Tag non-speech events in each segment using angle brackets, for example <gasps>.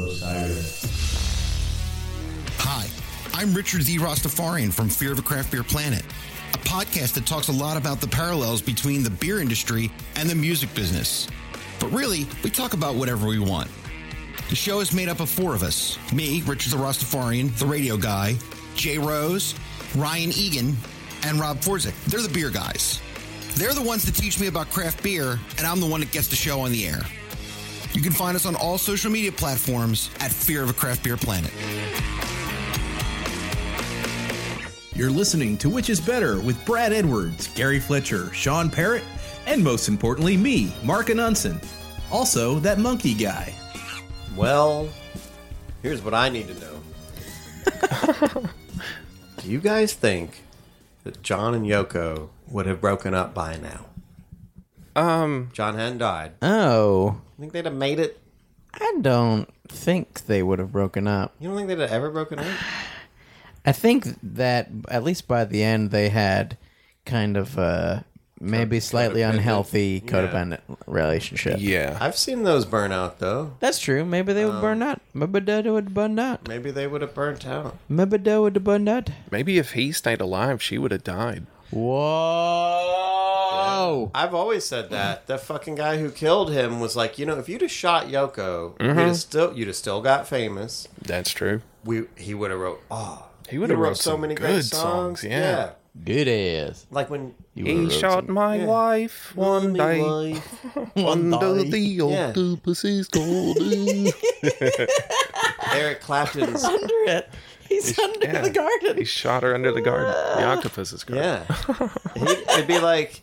Osiris. Hi, I'm Richard Z. Rastafarian from Fear of a Craft Beer Planet, a podcast that talks a lot about the parallels between the beer industry and the music business. But really, we talk about whatever we want. The show is made up of four of us me, Richard the Rastafarian, the radio guy, Jay Rose, Ryan Egan, and Rob Forzik. They're the beer guys. They're the ones that teach me about craft beer, and I'm the one that gets the show on the air. You can find us on all social media platforms at Fear of a Craft Beer Planet. You're listening to Which is Better with Brad Edwards, Gary Fletcher, Sean Parrott, and most importantly, me, Mark Anunson. Also, that monkey guy. Well, here's what I need to know. <laughs> Do you guys think that John and Yoko would have broken up by now? Um, John hadn't died. I Oh, think they'd have made it. I don't think they would have broken up. You don't think they'd have ever broken <sighs> up? I think that at least by the end they had kind of a maybe slightly unhealthy codependent relationship. Yeah. I've seen those burn out though. That's true. Maybe they would Um, burn out. Maybe they would burn out. Maybe they would have burnt out. Maybe they would burn out. Maybe if he stayed alive, she would have died. Whoa! I've always said that. The fucking guy who killed him was like, you know, if you'd have shot Yoko, you'd Mm-hmm. have still you'd have still got famous. That's true. We he would have wrote oh He would have wrote, so many good songs. Yeah. Good ass. Like when He shot my wife one day under the Yeah. octopus's <laughs> garden. Eric <laughs> Clapton's. Under it. He's under yeah. the garden. he shot her under the garden. The octopus's garden. yeah. He- It'd be like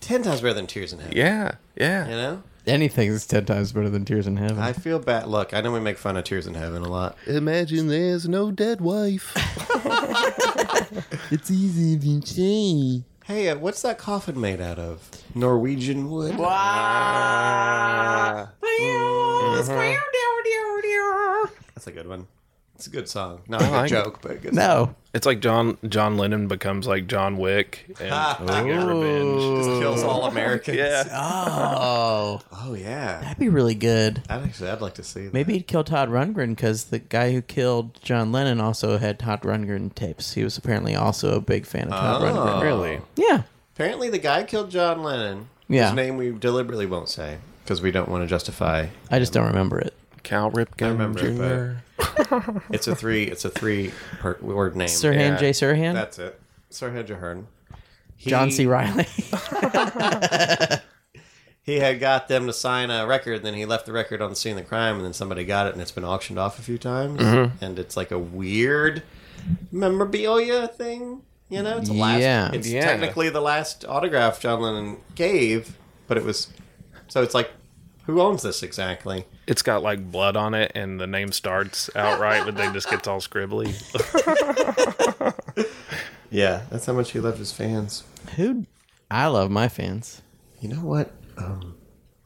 10 times better than Tears in Heaven. Yeah. Yeah. You know? Anything is ten times better than Tears in Heaven. I feel bad. Look, I know we make fun of Tears in Heaven a lot. Imagine there's no dead <laughs> wife. it's easy if you change. Hey, uh, what's that coffin made out of? Norwegian wood. Ah. Mm-hmm. That's a good one. It's a good song. Not a good like it. joke, but a good song. No. It's like John John Lennon becomes like John Wick and <laughs> they get revenge. Just kills <laughs> all Americans. Yeah. Oh, Oh, yeah. that'd be really good. I'd actually, I'd like to see that. Maybe he'd kill Todd Rundgren because the guy who killed John Lennon also had Todd Rundgren tapes. He was apparently also a big fan Oh. of Todd Rundgren. Really? Yeah. Apparently, the guy killed John Lennon. Yeah. His name we deliberately won't say because we don't want to justify. I just don't remember it. Cal Ripken remember it, Jr. It's a three. It's a three per word name. Sirhan J. Sirhan? That's it. Sirhan Jahern. He, John C. Riley. He had got them to sign a record, then he left the record on the scene of the crime, and then somebody got it, and it's been auctioned off a few times. Mm-hmm. And it's like a weird memorabilia thing. You know, it's the last. Yeah. It's Yeah. technically the last autograph John Lennon gave, but it was. So it's like, who owns this exactly? It's got like blood on it and the name starts outright, but then just gets all scribbly. Yeah, that's how much he loved his fans. <laughs> who? I love my fans. You know what? Um,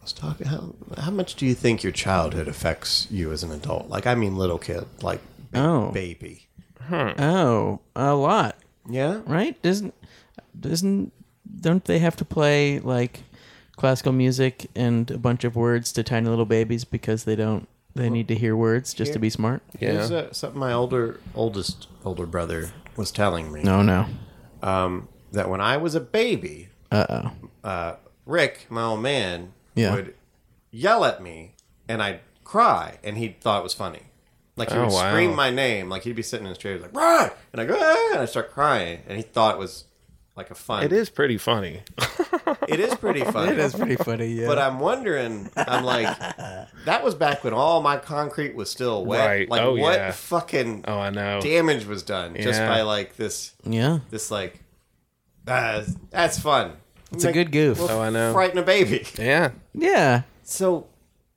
I was talking. How, how much do you think your childhood affects you as an adult? Like, I mean, little kid, like ba- Oh. baby. Oh, a lot, Yeah. right? Doesn't, doesn't, don't they have to play like classical music and a bunch of words to tiny little babies because they don't, they need to hear words just to be smart? Here's uh, something my older, oldest, older brother was telling me No, <laughs> no. that when I was a baby, Uh oh. Rick, my old man, Yeah. would yell at me, and I'd cry, and he thought it was funny. Like he Oh, would wow. scream my name, like he'd be sitting in his chair, he'd be like "Run!" and I go, ah! and I start crying, and he thought it was like a fun. it is pretty funny. <laughs> It is pretty <laughs> funny. it is pretty funny, yeah. But I'm wondering, I'm like, that was back when all my concrete was still wet. Right. Like, Oh, what yeah. fucking Oh, I know. damage was done just Yeah. by like this, yeah. this like, uh, that's fun. It's a good goof. Oh, I know. Frighten a baby. Yeah. Yeah. So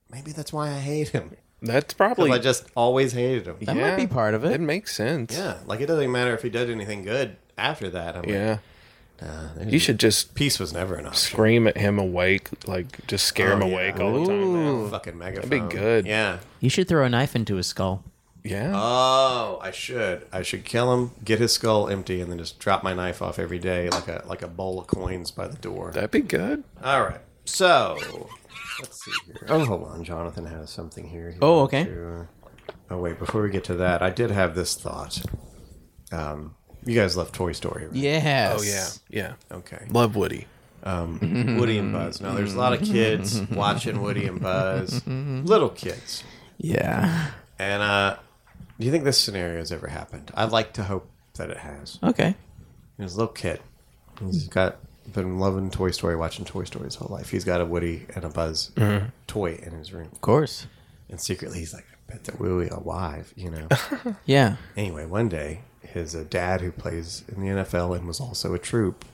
maybe that's why I hate him. That's 'Cause probably I just always hated him. That might Yeah. be part of it it. makes sense. Yeah. Like, it doesn't even matter if he did anything good after that. I'm like, Yeah. you should just peace was never enough. scream at him awake, like just scare him Oh, yeah. awake all the time. now. Fucking megaphone. be good. Yeah. You should throw a knife into his skull. Yeah. Oh, I should. I should kill him, get his skull empty, and then just drop my knife off every day like a like a bowl of coins by the door. That'd be good. All right. So Let's see here. Oh, hold on. Jonathan has something here. he Oh, wanted okay. to, uh, oh, wait. Before we get to that, I did have this thought. Um, you guys love Toy Story, right? Yes. Oh yeah, yeah. Okay. Love Woody. Woody and Buzz. Now, there's a lot of <laughs> kids watching Woody and Buzz, little kids. Yeah. And uh, do you think this scenario has ever happened? I'd like to hope that it has. Okay. There's a little kid. He's got been loving Toy Story, watching Toy Story his whole life. He's got a Woody and a Buzz Mm-hmm. toy in his room, Of course. and secretly he's like, "I bet they're really alive," you know. Yeah. anyway, one day his uh, dad, who plays in the NFL and was also a troop,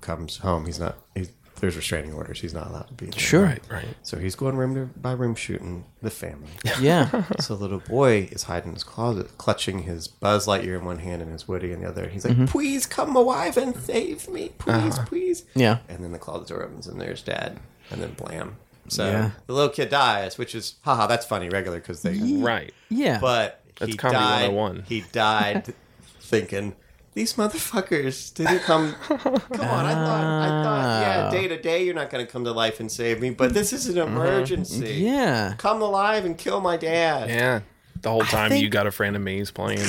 comes home. He's not. He's, there's restraining orders. He's not allowed to be in there. Sure. Right. So he's going room to, by room shooting the family. <laughs> Yeah. <laughs> So the little boy is hiding in his closet, clutching his Buzz Lightyear in one hand and his Woody in the other. He's like, Mm-hmm. "Please come alive and save me, please, please." Uh-huh. Yeah. And then the closet door opens, and there's Dad, and then blam. So Yeah. the little kid dies, which is haha, that's funny, regular because they. Right. Yeah. But That's he comedy died. 101. He <laughs> died thinking. These motherfuckers didn't <laughs> come. Come on, I thought, I thought, Ah. yeah, day to day, you're not going to come to life and save me, but this is an emergency. Mm-hmm. yeah. Come alive and kill my dad. Yeah. The whole time you think- got a friend of <laughs> me's playing.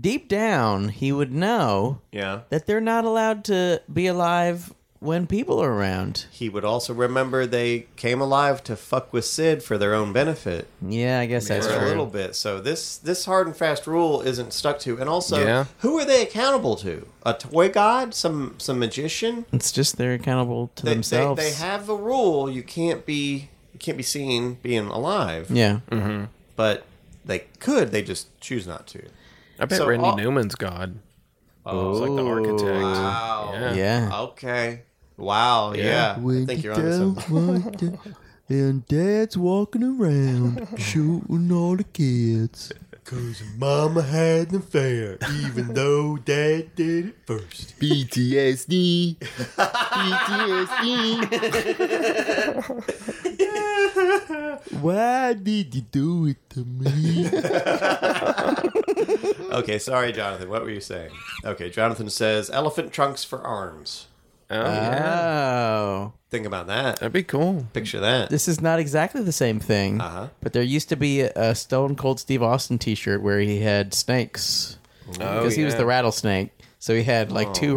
Deep down, he would know Yeah. that they're not allowed to be alive when people are around. He would also remember they came alive to fuck with Sid for their own benefit Yeah, I guess that's for a true. little bit. So this this hard and fast rule isn't stuck to. And also, Yeah. who are they accountable to? A toy god? Some some magician? It's just they're accountable to They, they, themselves. they have a rule. You can't be you can't be seen being alive. yeah. But they could. They just choose not to. I bet So uh, Randy all- Newman's God. Oh, was like the architect. Wow. Yeah. Uh, Yeah. Oh, Okay. Wow. Yeah. I think you're on something. and dad's walking <laughs> around shooting all the kids. Cause mama had an affair, <laughs> even though dad did it first. PTSD. PTSD. Why did you do it to me? <laughs> Okay, sorry, Jonathan. What were you saying? Okay, Jonathan says elephant trunks for arms. Oh, yeah. <laughs> Oh. Think about that. That'd be cool. Picture that. This is not exactly the same thing, Uh-huh. but there used to be a, a Stone Cold Steve Austin t shirt where he had snakes. Oh, Because Oh, he was the rattlesnake. So he had like two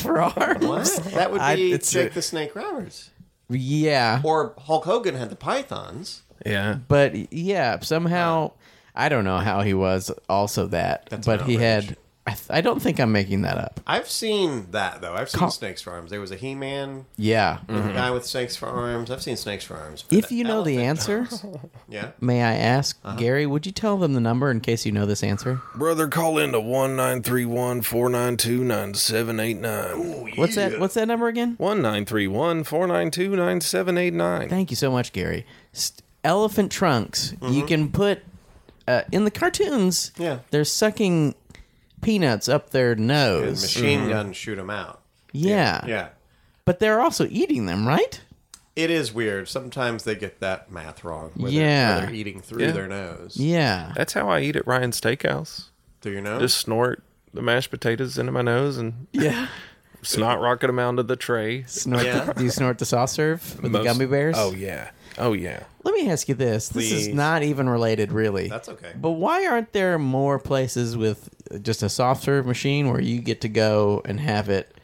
<laughs> for arms. What? <laughs> That would I- be it's Jake a- the Snake Roberts. Yeah. Or Hulk Hogan had the pythons. Yeah. but yeah, somehow I don't know how he was also that, but he had. I, th- I don't think I'm making that up. I've seen that though. I've seen Col- snakes for arms. There was a He-Man, Yeah. the guy with snakes for arms. I've seen snakes for arms. but If you know the elephant Uh-huh. answer, <laughs> trunks- yeah. may I ask, Gary, would you tell them the number in case you know this answer? Brother, call into 1931 492 9789. What's that? What's that number again? 1931 492 9789. Thank you so much, Gary. St- elephant trunks. You can put uh, in the cartoons. Mm-hmm. Yeah. They're sucking peanuts up their And nose. machine gun shoot them out. Yeah. Yeah. But they're also eating them, right? It is weird. Sometimes they get that math wrong. Where They're, Yeah. where they're eating through Yeah. their nose. Yeah. <laughs> That's how I eat at Ryan's Steakhouse. Through your nose. Just snort the mashed potatoes into my nose and Yeah. snot rocket them out of the tray. Snort Yeah. the, do you snort the soft serve with the Most- gummy bears? Oh, yeah. Oh, yeah. Let me ask you this. This Please. is not even related, really. That's okay. But why aren't there more places with just a soft serve machine where you get to go and have it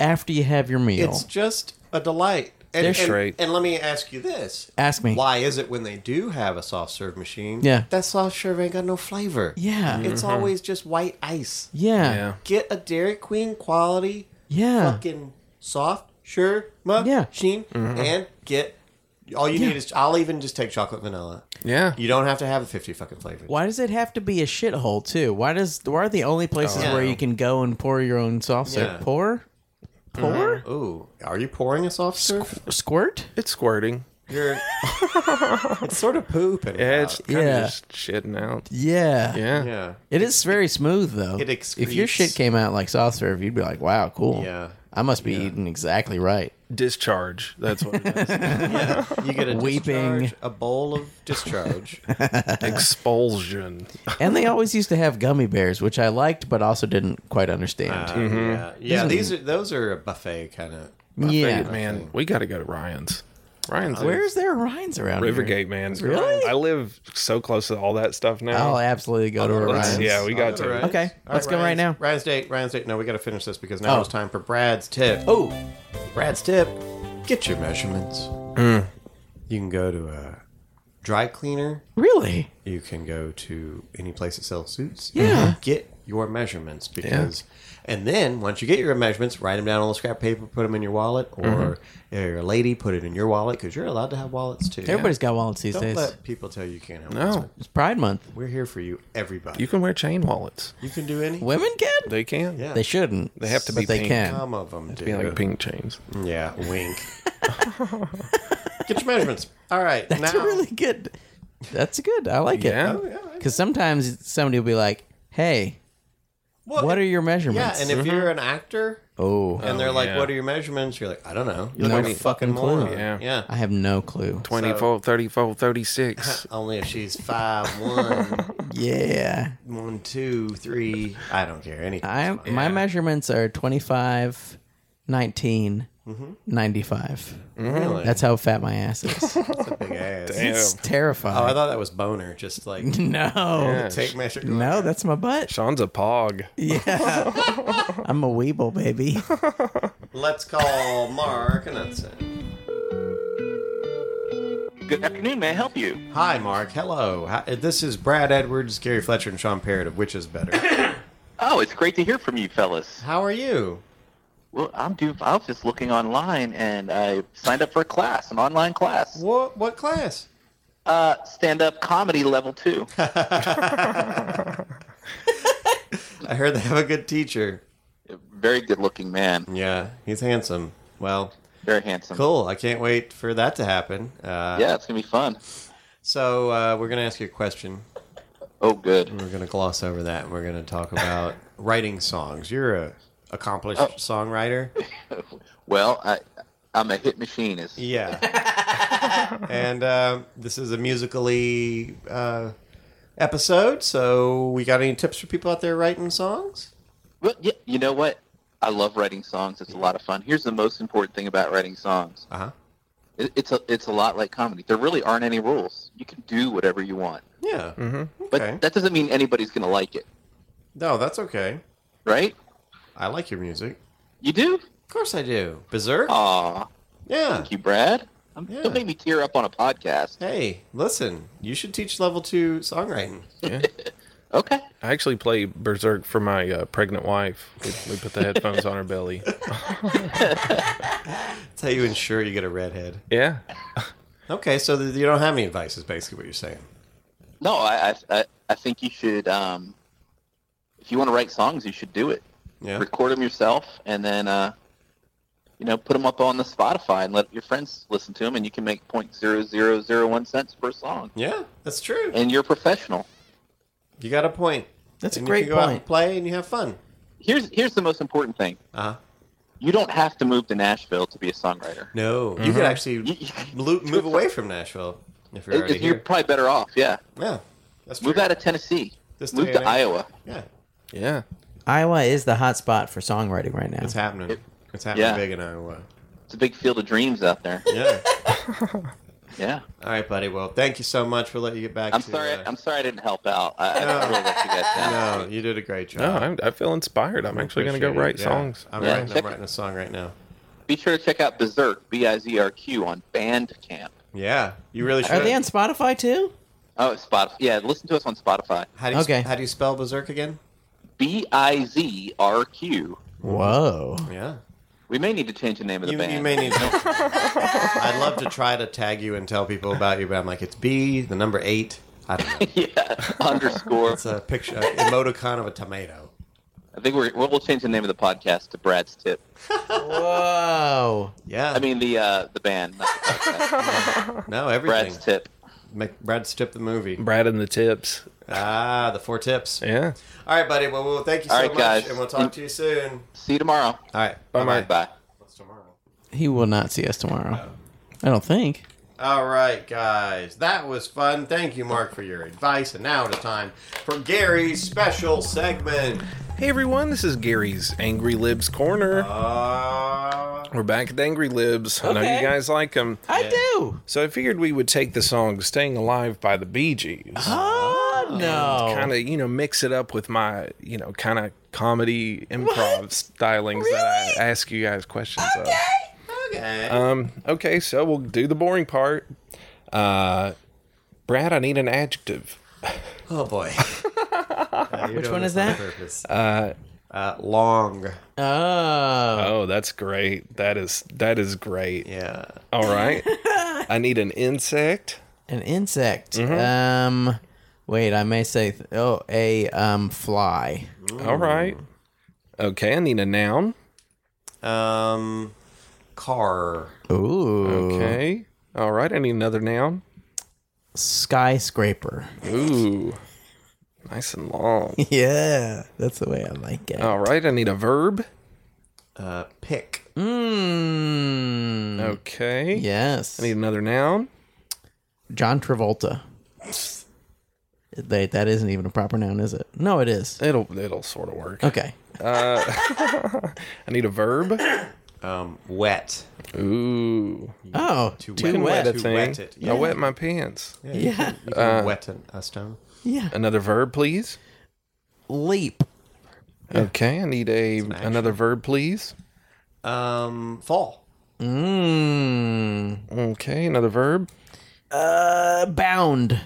after you have your meal? It's just a delight. And, They're and- straight. And let me ask you this. Ask me. Why is it when they do have a soft serve machine, Yeah. that soft serve ain't got no flavor? Yeah. It's Mm-hmm. always just white ice. Yeah. Yeah. Get a Dairy Queen quality Yeah. fucking soft serve machine Mm-hmm. and get all you need is I'll even just take chocolate vanilla. Yeah. You don't have to have a 50 fucking flavors. Why does it have to be a shithole too? Why does why are the only places Oh. where Yeah. you can go and pour your own soft serve? Yeah. Pour? Pour? Ooh, are you pouring a soft serve? Squirt? It's squirting. <laughs> You're It's sort of poop and Yeah, it's kind of Yeah. just shitting out. Yeah. Yeah. yeah. It is very smooth though. it if your excretes. shit came out like soft serve, you'd be like, "Wow, cool. Yeah. I must be eating <laughs> exactly right." Discharge. That's what <laughs> it is. You get a Weeping. discharge, a bowl of <laughs> discharge. Uh, Expulsion. and they always used to have gummy bears, which Ah, Mm-hmm. I liked, but also didn't quite understand. Yeah, yeah. These are those are a buffet kind of I Yeah. figured, man, we got to go to Ryan's. Ryan's Where is there Ryan's around here? Rivergate, man. Really? I live so close to all that stuff now. I'll absolutely go to Oh, a Let's- Ryan's. Yeah, we got All to. right. Okay, All let's go right Ryan's- now. Ryan's date, Ryan's date. No, we got to finish this because now Oh. it's time for Brad's tip. Oh, Brad's tip: get your measurements. Mm. You can go to a dry cleaner. really? You can go to any place that sells suits. Yeah. and get your measurements because, and then once you get your measurements, write them down on the scrap paper, put them in your wallet, or Mm-hmm. if you're a lady, put it in your wallet because you're allowed to have wallets too. Everybody's got wallets these Don't days. let people tell you you can't have wallets. No, It's Pride Month. We're here for you, everybody. you You, can wear chain wallets. can do any. Women can? They can. Yeah. They shouldn't. They have to but be they pink. <laughs> can. Some of them do. Be like pink chains. <laughs> Yeah, wink. Get your measurements. All right. That's now, a really good. That's good. I like Yeah. it. Because sometimes somebody will be like, "Hey, Well, what are if- your Yeah, measurements?" and if you're an actor oh, and they're like, yeah. "What are your measurements?" You're like, "I don't know." You No look like a fucking fucking clue. moron. Yeah. yeah. I have no clue. 24, <laughs> 34, 36. Only if she's five one, <laughs> Yeah, one two three. I don't care. Any. I my measurements are 25, 19, Mm-hmm. 95. really. That's how fat my ass <laughs> is. a big ass. it's Oh, Damn. I terrifying. thought that was boner. Just <laughs> like no, take measure. no, that's my butt. Sean's a pog. Yeah, I'm a weeble, <laughs> baby. Let's call Mark and Anson. Good afternoon. May I help you? Hi, Mark. Hello. Hi, this is Brad Edwards, Gary Fletcher, and Sean Parrott of Which Is Better. Oh, it's great to hear from you, fellas. How are you? Well, I'm doing. I was just looking online, and I signed up for a class, an online class, What what class? uh, stand-up comedy level <laughs> two. I heard they have a good teacher. Very good-looking man. Yeah, he's handsome. Well, Very handsome. cool. I can't wait for that to happen. Uh, Yeah, it's gonna be fun. So uh, we're gonna ask you a question. Oh, good. We're gonna gloss over that. and We're gonna talk about writing songs. You're a accomplished songwriter. Well, I, I'm a hit machinist. Yeah. and um, this is a musically uh, episode. So we got any tips for people out there writing songs? Well, yeah, you know what? I love writing songs. It's a lot of fun. Here's the most important thing about writing songs. Uh huh. It, it's a it's a lot like comedy. There really aren't any rules. You can do whatever you want, Yeah. but Mm-hmm. Okay. that doesn't mean anybody's gonna like it, No, that's okay. right? I like your music. You do? Of course I do. Berserk. Aw, yeah. thank you, Brad. Um Yeah. Don't make me tear up on a podcast. Hey, listen, you should teach level two songwriting. Okay. I actually play Berserk for my uh, pregnant wife. We, we put <laughs> the headphones on her belly. That's how you ensure you get a redhead. Yeah. Okay, so th- you don't have any advice, is basically what you're saying. No, I I, I, I think you should. Um, if you want to write songs, you should do it. Yeah. Record them yourself, and then uh, you know put them up on the Spotify and let your friends listen to them, and you can make point zero zero zero one cents per song. Yeah, that's true. And you're a professional. You got a point. That's a And great you can go out and point. play and you have fun. Here's here's the most important thing. Uh huh. You don't have to move to Nashville to be <laughs> a songwriter. No, you could You- actually you- lo- move away from Nashville if you're It- already it- you're here. probably better off. Yeah, Yeah, that's true. move out of Tennessee. This move day to and age. Iowa. Yeah, Yeah. Iowa is the hot spot for songwriting right now. it's happening. it's happening yeah. big in Iowa. It's a big field of dreams <laughs> out there. Yeah. Yeah. All right, buddy. Well, thank you so much for letting you get back. I'm to, sorry. uh, I'm sorry I didn't help out. I, I No. really let you guys <laughs> down. no, you did a great job. No, I'm, I feel inspired. I'm actually going to go Appreciate it. write Yeah. songs. I'm, Yeah, writing, I'm check- writing a song right now. Be sure to check out Berserk, B I Z R Q, on Bandcamp. Yeah, you really should. Are they on Spotify too? Oh, it's Spotify. Yeah, listen to us on Spotify. How do you, Okay. How do you spell berserk again? B I Z R Q. Mm-hmm. Whoa. Yeah. We may need to change the name of the You, band. you may need. help. I'd love to try to tag you and tell people about you, but I'm like, it's B, the number eight. I don't know. <laughs> yeah, underscore. It's a picture, a emoticon of a tomato. I think we're, we'll change the name of the podcast to Brad's Tip. Whoa. Yeah. I mean, the uh, the band. not <laughs> the podcast. no, everything. Brad's Tip. Make Brad Stip the movie. Brad and the tips. Ah, the four tips. Yeah. All right, buddy. Well, well thank you so All right, much, guys. and we'll talk to you soon. All See you tomorrow. right. Bye, Bye-bye. Mike. Bye. What's tomorrow? He will not see us tomorrow. I don't think. All right, guys. That was fun. Thank you, Mark, for your advice. And now it is time for Gary's special segment. Hey, everyone. This is Gary's Angry Libs Corner. Uh, We're back at Angry Libs. I know Okay. you guys like them. I do. So I figured we would take the song Staying Alive by the Bee Gees. Oh no. Kind of, you know, mix it up with my, you know, kind of comedy improv stylings that I ask you guys questions of. Okay. Um, okay, so we'll do the boring part. Uh, Brad, I need an adjective. oh boy. <laughs> Which one is that? Uh, uh, long. Oh. Oh, that's great. That is that is great. Yeah. All right. I need an insect. An insect. Um wait, I may say th- oh a um fly. All right. Okay, I need a noun. Um, car. Ooh. Okay. All right, I need another noun. Skyscraper. <laughs> Ooh. Nice and long. yeah. That's the way I like it. All right, I need a verb. Uh, pick. Mmm. Okay. Yes. I need another noun. John Travolta. They, that isn't even a proper noun, is it? No, it is. It'll it'll sort of work. Okay. I need a verb. Um, wet. Ooh. Oh, too, wet. a To thing. wet it, yeah. I wet my pants. Yeah. You can wet an, a stone. Yeah. Another verb, please. Leap. Okay, I need a another verb, please. Um, fall. Mmm. Okay, another verb. Uh, bound.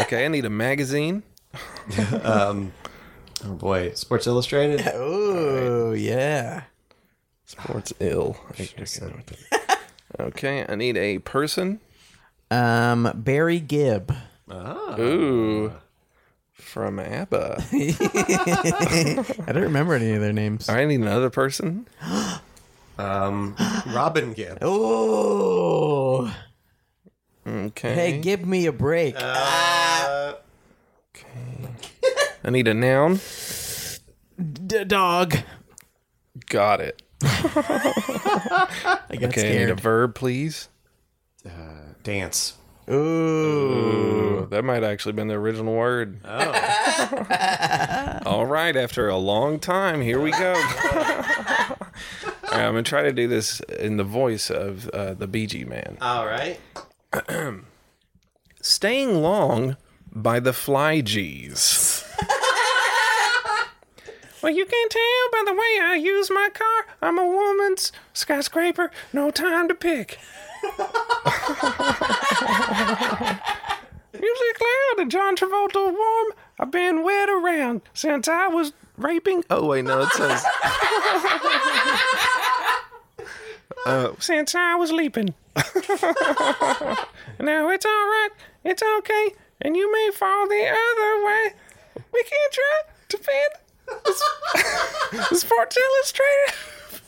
Okay, I need a magazine. Oh boy, Sports Illustrated. Oh, yeah. Sports ill. <laughs> Okay, I need a person. Um, Barry Gibb. Ooh. From ABBA. I don't remember any of their names. All right, I need another person. Um, Robin Gibb. Oh. Okay. Hey, give me a break. I need a noun. D- dog. Got it. I got Okay, I need a scared. verb, please. Uh, dance. Ooh, that might actually been the original word. Oh. All right, after a long time, here we go. All right, I'm gonna try to do this in the voice of uh, the BG man. All right. Staying long by the fly G's. well, you can tell by the way I use my car. I'm a woman's skyscraper, no time to pick. <laughs> Usually cloud and John Travolta warm. I've been wet around since I was raping. Oh, wait, no, it says. <laughs> Uh, since I was leaping. Now it's all right. It's okay. And you may fall the other way. We can't try to fit <laughs> the Sports Illustrated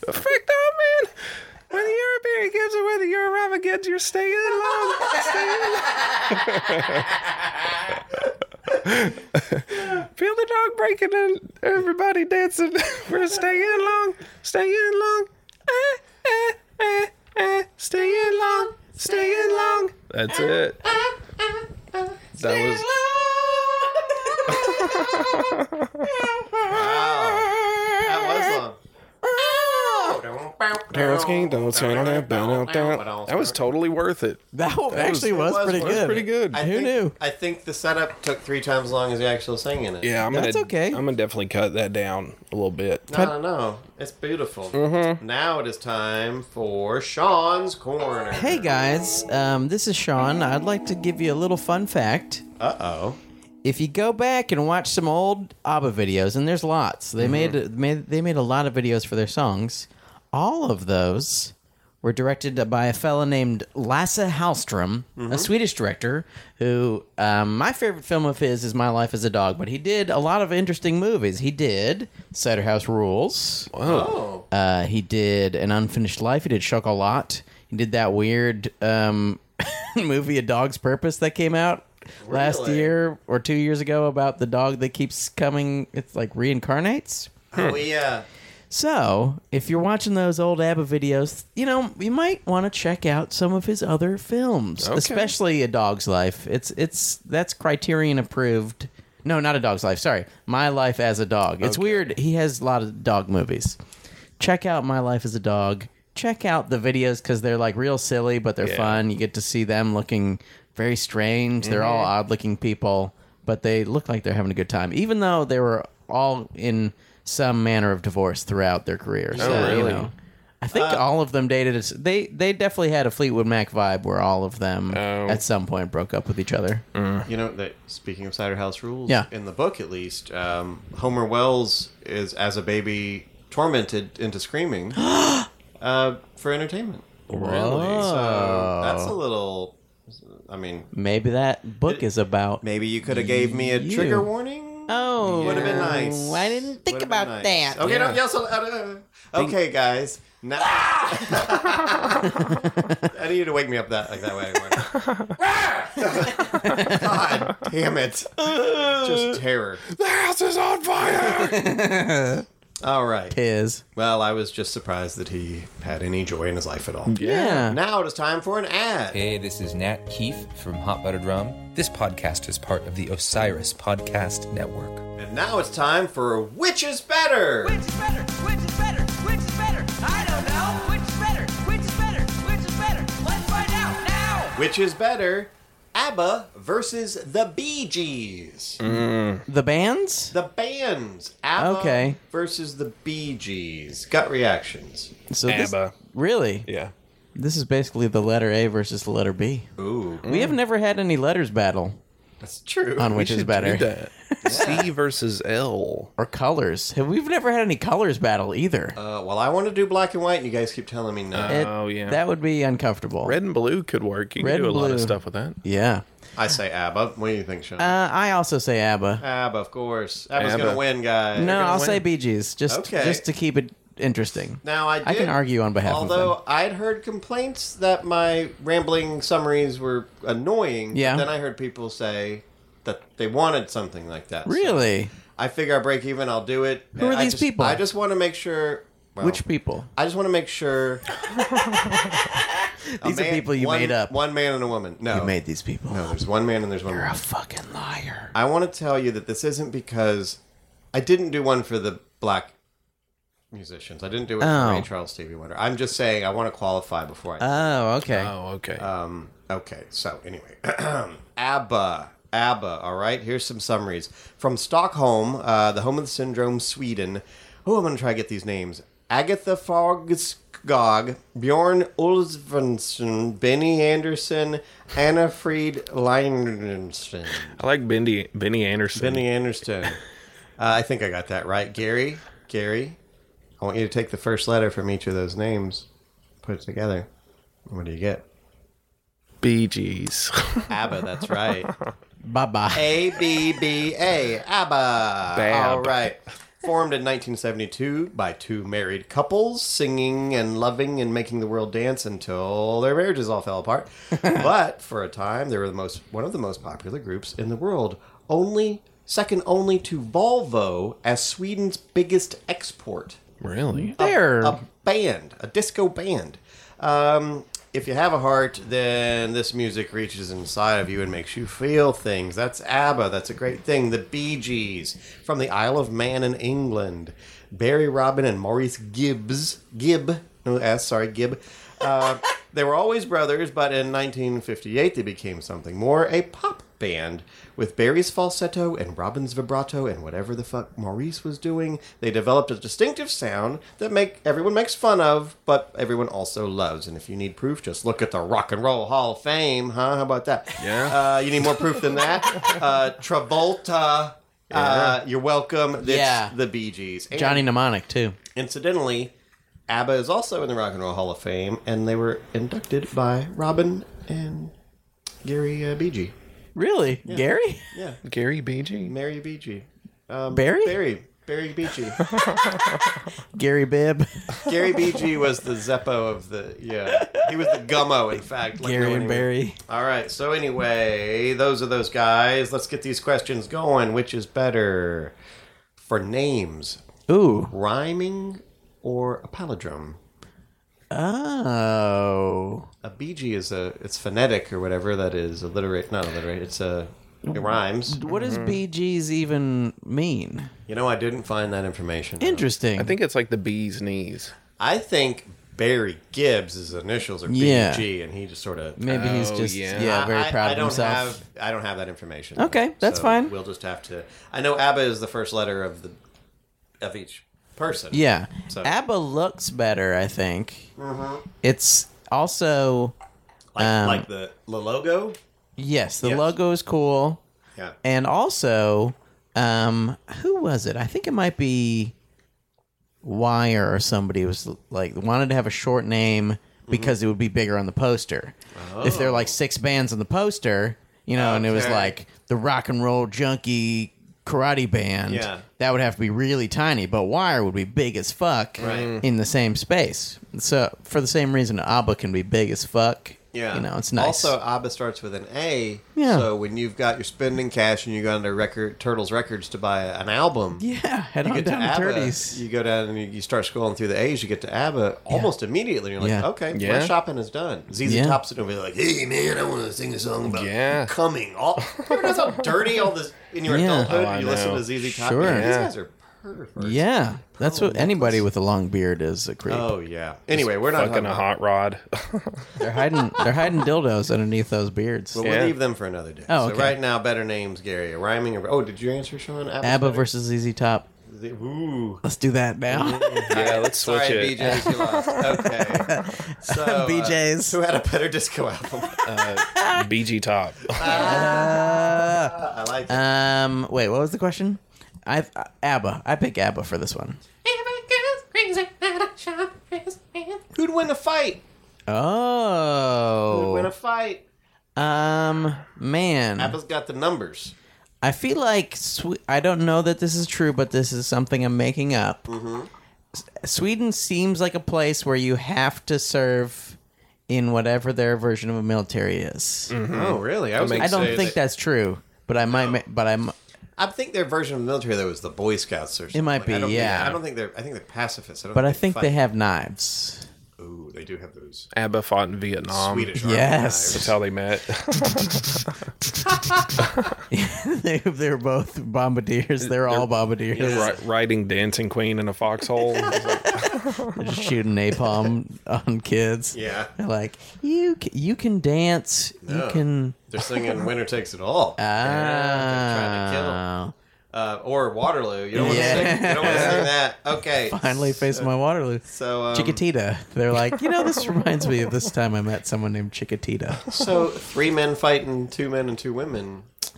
effect on man. Whether you're a Barry Gibbs or whether you're a Robin Gibbs, you're staying alone. Staying alone. <laughs> Feel the dog breaking and everybody dancing. <laughs> We're staying long, staying long. Eh, eh, eh, eh. Staying long, staying long. That's it. That was. <laughs> That was long. That was totally worth it. That one actually was, was- pretty was good. Pretty good. I Who think, knew? I think the setup took three times as long as the actual singing it. Yeah, I'm That's gonna. okay. I'm gonna definitely cut that down a little bit. No, no, no. It's beautiful. Now it is time for Sean's Corner. Hey guys, um, this is Sean. I'd like to give you a little fun fact. Uh oh. If you go back and watch some old ABBA videos, and there's lots, they made, made they made a lot of videos for their songs. All of those were directed by a fella named Lasse Hallström, a Swedish director who um, my favorite film of his is My Life as a Dog, but he did a lot of interesting movies. He did Cider House Rules. Oh. Uh, he did an unfinished life. He did Chocolat. He did that weird um, <laughs> movie, A Dog's Purpose, that came out last Really? year or two years ago about the dog that keeps coming. It's like reincarnates. Oh, yeah. So, if you're watching those old ABBA videos, you know you might want to check out some of his other films, especially A Dog's Life. It's it's that's Criterion approved No, not a dog's life. Sorry, my life as a dog. It's weird. He has a lot of dog movies. Check out my life as a dog. Check out the videos because they're like real silly, but they're Yeah. fun. You get to see them looking very strange. They're Mm-hmm. all odd looking people, but they look like they're having a good time, even though they were all in some manner of divorce throughout their careers. Oh, really? I think Uh, all of them dated. as- They they definitely had a Fleetwood Mac vibe where all of them Oh. at some point broke up with each other. You know that speaking of cider house rules, Yeah. in the book at least, um, Homer Wells is as a baby tormented into screaming <gasps> uh, for entertainment. Really? So that's a little. I mean, Maybe that book It- is about. maybe you could have gave me a You. trigger warning. Oh, would have been nice. I didn't think Would've been about nice. that. Okay, don't yell so loud. Uh, Okay, guys. Now I need you to wake me up that like that way. God damn it! Just terror. The house is on <laughs> fire. All right. Is Well, I was just surprised that he had any joy in his life at all. yeah. Now it is time for an ad. Eh. Hey, this is Nat Keefe from Hot Buttered Rum. This podcast is part of the Osiris Podcast Network. And now it's time for Which is Better? Which is better? Which is better? Which is better? I don't know. Which is better? Which is better? Which is better? Let's find out now. Which is Better? ABBA versus the Bee Gees. Mm. The bands. The bands. ABBA Okay. versus the Bee Gees. Gut reactions. So this- ABBA. really, Yeah. this is basically the letter A versus the letter B. Ooh, We have never had any letters battle that's true. on which is better <laughs> that. C versus L. or colors. Have we've never had any colors battle either? Uh, well, I want to do black and white, and you guys keep telling me no. It- oh, yeah. that would be uncomfortable. Red and blue could work. You Red can do a and lot blue. of stuff with that. Yeah. I say ABBA. What do you think, Sean? Uh, I also say ABBA. ABBA, of course. ABBA's ABBA. going to win, guys. no, I'll win. say Bee Gees just Okay. just to keep it interesting. Now I did, I can argue on behalf of Although them. I'd heard complaints that my rambling summaries were annoying. but Yeah. then I heard people say that they wanted something like that. So Really? I figure I break even. I'll do it. Who are I these just- people? I just want to make sure. well, Which people? I just want to make <laughs> sure. A These are people you one- made up. One man and a woman. No, You made these people. Oh. No, there's one man and there's one. You're a woman. fucking liar. I want to tell you that this isn't because I didn't do one for the black musicians. I didn't do it Oh. for Ray Charles, Stevie Wonder. I'm just saying I want to qualify before I. Oh, okay. Oh, okay. Um, okay, so anyway, <clears throat> ABBA. ABBA, all right? Here's some summaries. From Stockholm, uh, the home of the syndrome, Sweden. Oh, I'm going to try to get these names. Agatha Fogskog, Bjorn Ulvensson, Benny Anderson, Anna Fried <laughs> Leinensen. I like Bendy Benny Anderson. Benny Anderson. Uh, I think I got that right. Gary, Gary, I want you to take the first letter from each of those names, put it together. What do you get? Bee Gees. <laughs> ABBA, that's right. <laughs> Bye bye. A B B A ABBA. Bab. All right. Formed in 1972 by two married couples, singing and loving and making the world dance until their marriages all fell apart. but for a time, they were the most one of the most popular groups in the world, only second only to Volvo as Sweden's biggest export really? There. a band, a disco band. Um, if you have a heart, then this music reaches inside of you and makes you feel things. That's ABBA. That's a great thing. The Bee Gees from the Isle of Man in England. Barry Robin and Maurice Gibbs. Gibb. No S, sorry, Gibb. Uh, they were always brothers, but in 1958 they became something more a pop band. With Barry's falsetto and Robin's vibrato and whatever the fuck Maurice was doing, they developed a distinctive sound that make everyone makes fun of, but everyone also loves. And if you need proof, just look at the Rock and Roll Hall of Fame, huh? How about that? Yeah. Uh, you need more proof than that. Uh, Travolta. Uh, you're welcome. It's Yeah. The Bee Gees. And- Johnny Mnemonic too. Incidentally, ABBA is also in the Rock and Roll Hall of Fame, and they were inducted by Robin and Gary uh, Beegee. Really, Gary? Yeah, Gary Bee Gees. Mary Beegee. Um, Barry? Barry. Barry Beegee. <laughs> Gary Bibb. Gary Beegee was the Zeppo of the. Yeah. He was the Gummo, in fact. like no Gary one and even- Barry. All right. So, anyway, those are those guys. Let's get these questions going. Which is better for names? Ooh. Rhyming or a palindrome? Oh. a BG is a it's phonetic or whatever that is alliterate not alliterate it's a It rhymes. What does Mm-hmm. BGs even mean? You know, I didn't find that information. Interesting. I think it's like the bee's knees. I think Barry Gibbs, his initials are BG, Yeah. and he just sort of. maybe he's Oh, just yeah. yeah, I- very I- proud I of don't himself. Have, I don't have that information. Okay, that's fine. We'll just have to. I know ABBA is the first letter of the of each person. Yeah. So- ABBA looks better, I think. Mm-hmm. It's also like, Um, like the, the logo. yes, the Yes. logo is cool. Yeah, And also, um, who was it? I think it might be Wire or somebody was like wanted to have a short name because it would be bigger on the poster. If there are like six bands on the poster, you know, and it was Okay. like the rock and roll junkie karate band, Yeah. that would have to be really tiny. But Wire would be big as fuck Right. in the same space. So for the same reason, ABBA can be big as fuck. yeah. you know, it's nice. Also, ABBA starts with an A. Yeah. So when you've got your spending cash and you go into record Turtles Records to buy an album, <laughs> yeah, head you on get to down to ABBA. Turdies. You go down and you, you start scrolling through the A's. You get to ABBA almost immediately. You're like, Yeah. okay, Yeah. my shopping is done. ZZ Yeah. Top's over there like, hey man, I want to sing a song about Yeah. coming. <laughs> All you ever notice how dirty all this in your Yeah. adulthood? Oh, I you listen know. to ZZ Top. Sure. you're like, These Yeah. guys are perverts. Yeah, that's what anybody with a long beard is a creep. Oh yeah. Anyway, we're not talking Fucking a about. hot rod. They're hiding they're hiding dildos underneath those beards. But Yeah. we'll leave them for another day. Oh, So okay. right now, better names, Gary. Rhyming. Or, oh, did you answer, Sean? Abba's ABBA better. versus ZZ Top. <laughs> Ooh. Let's do that now. <laughs> yeah, <laughs> let's switch Sorry, it. BJ's you lost. Okay. So, uh, BJ's. who had a better disco album? <laughs> BG top. I like it. um, wait, what was the question? I uh, ABBA. I pick ABBA for this one. Who'd win a fight? Who'd win a Oh, fight? um, man, Apple's got the numbers. I feel like Swe- I don't know that this is true, but this is something I'm making up. S- Sweden seems like a place where you have to serve in whatever their version of a military is. Oh, really? I, was I gonna don't say think that- that's true, but I might. ma- But I'm. I think their version of the military though is the Boy Scouts or something. might Like, be, I don't yeah. Think, I don't think they're. I think they're pacifists. I don't But I think they fight. have knives. <laughs> Ooh, they do have those <laughs> ABBA fought in Vietnam. Swedish. Um, yes. That's how they met. <laughs> they, they're both bombardiers. They're, all bombardiers. Ri- Riding Dancing Queen in a <laughs> foxhole. It's like, They're just <laughs> shooting napalm on kids. Yeah. They're like you. c- You can dance. No. You can. They're singing "Winner Takes It All." Oh. Yeah, they're trying to kill 'em. Ah. uh, or Waterloo. You don't want to Yeah. sing. You don't want to <laughs> sing that. Okay. ah." Finally, face my Waterloo. So, um, Chiquitita. They're like, you <laughs> know, this reminds me of this time I met someone named Chiquitita. so three men fighting two men and two women. <sighs>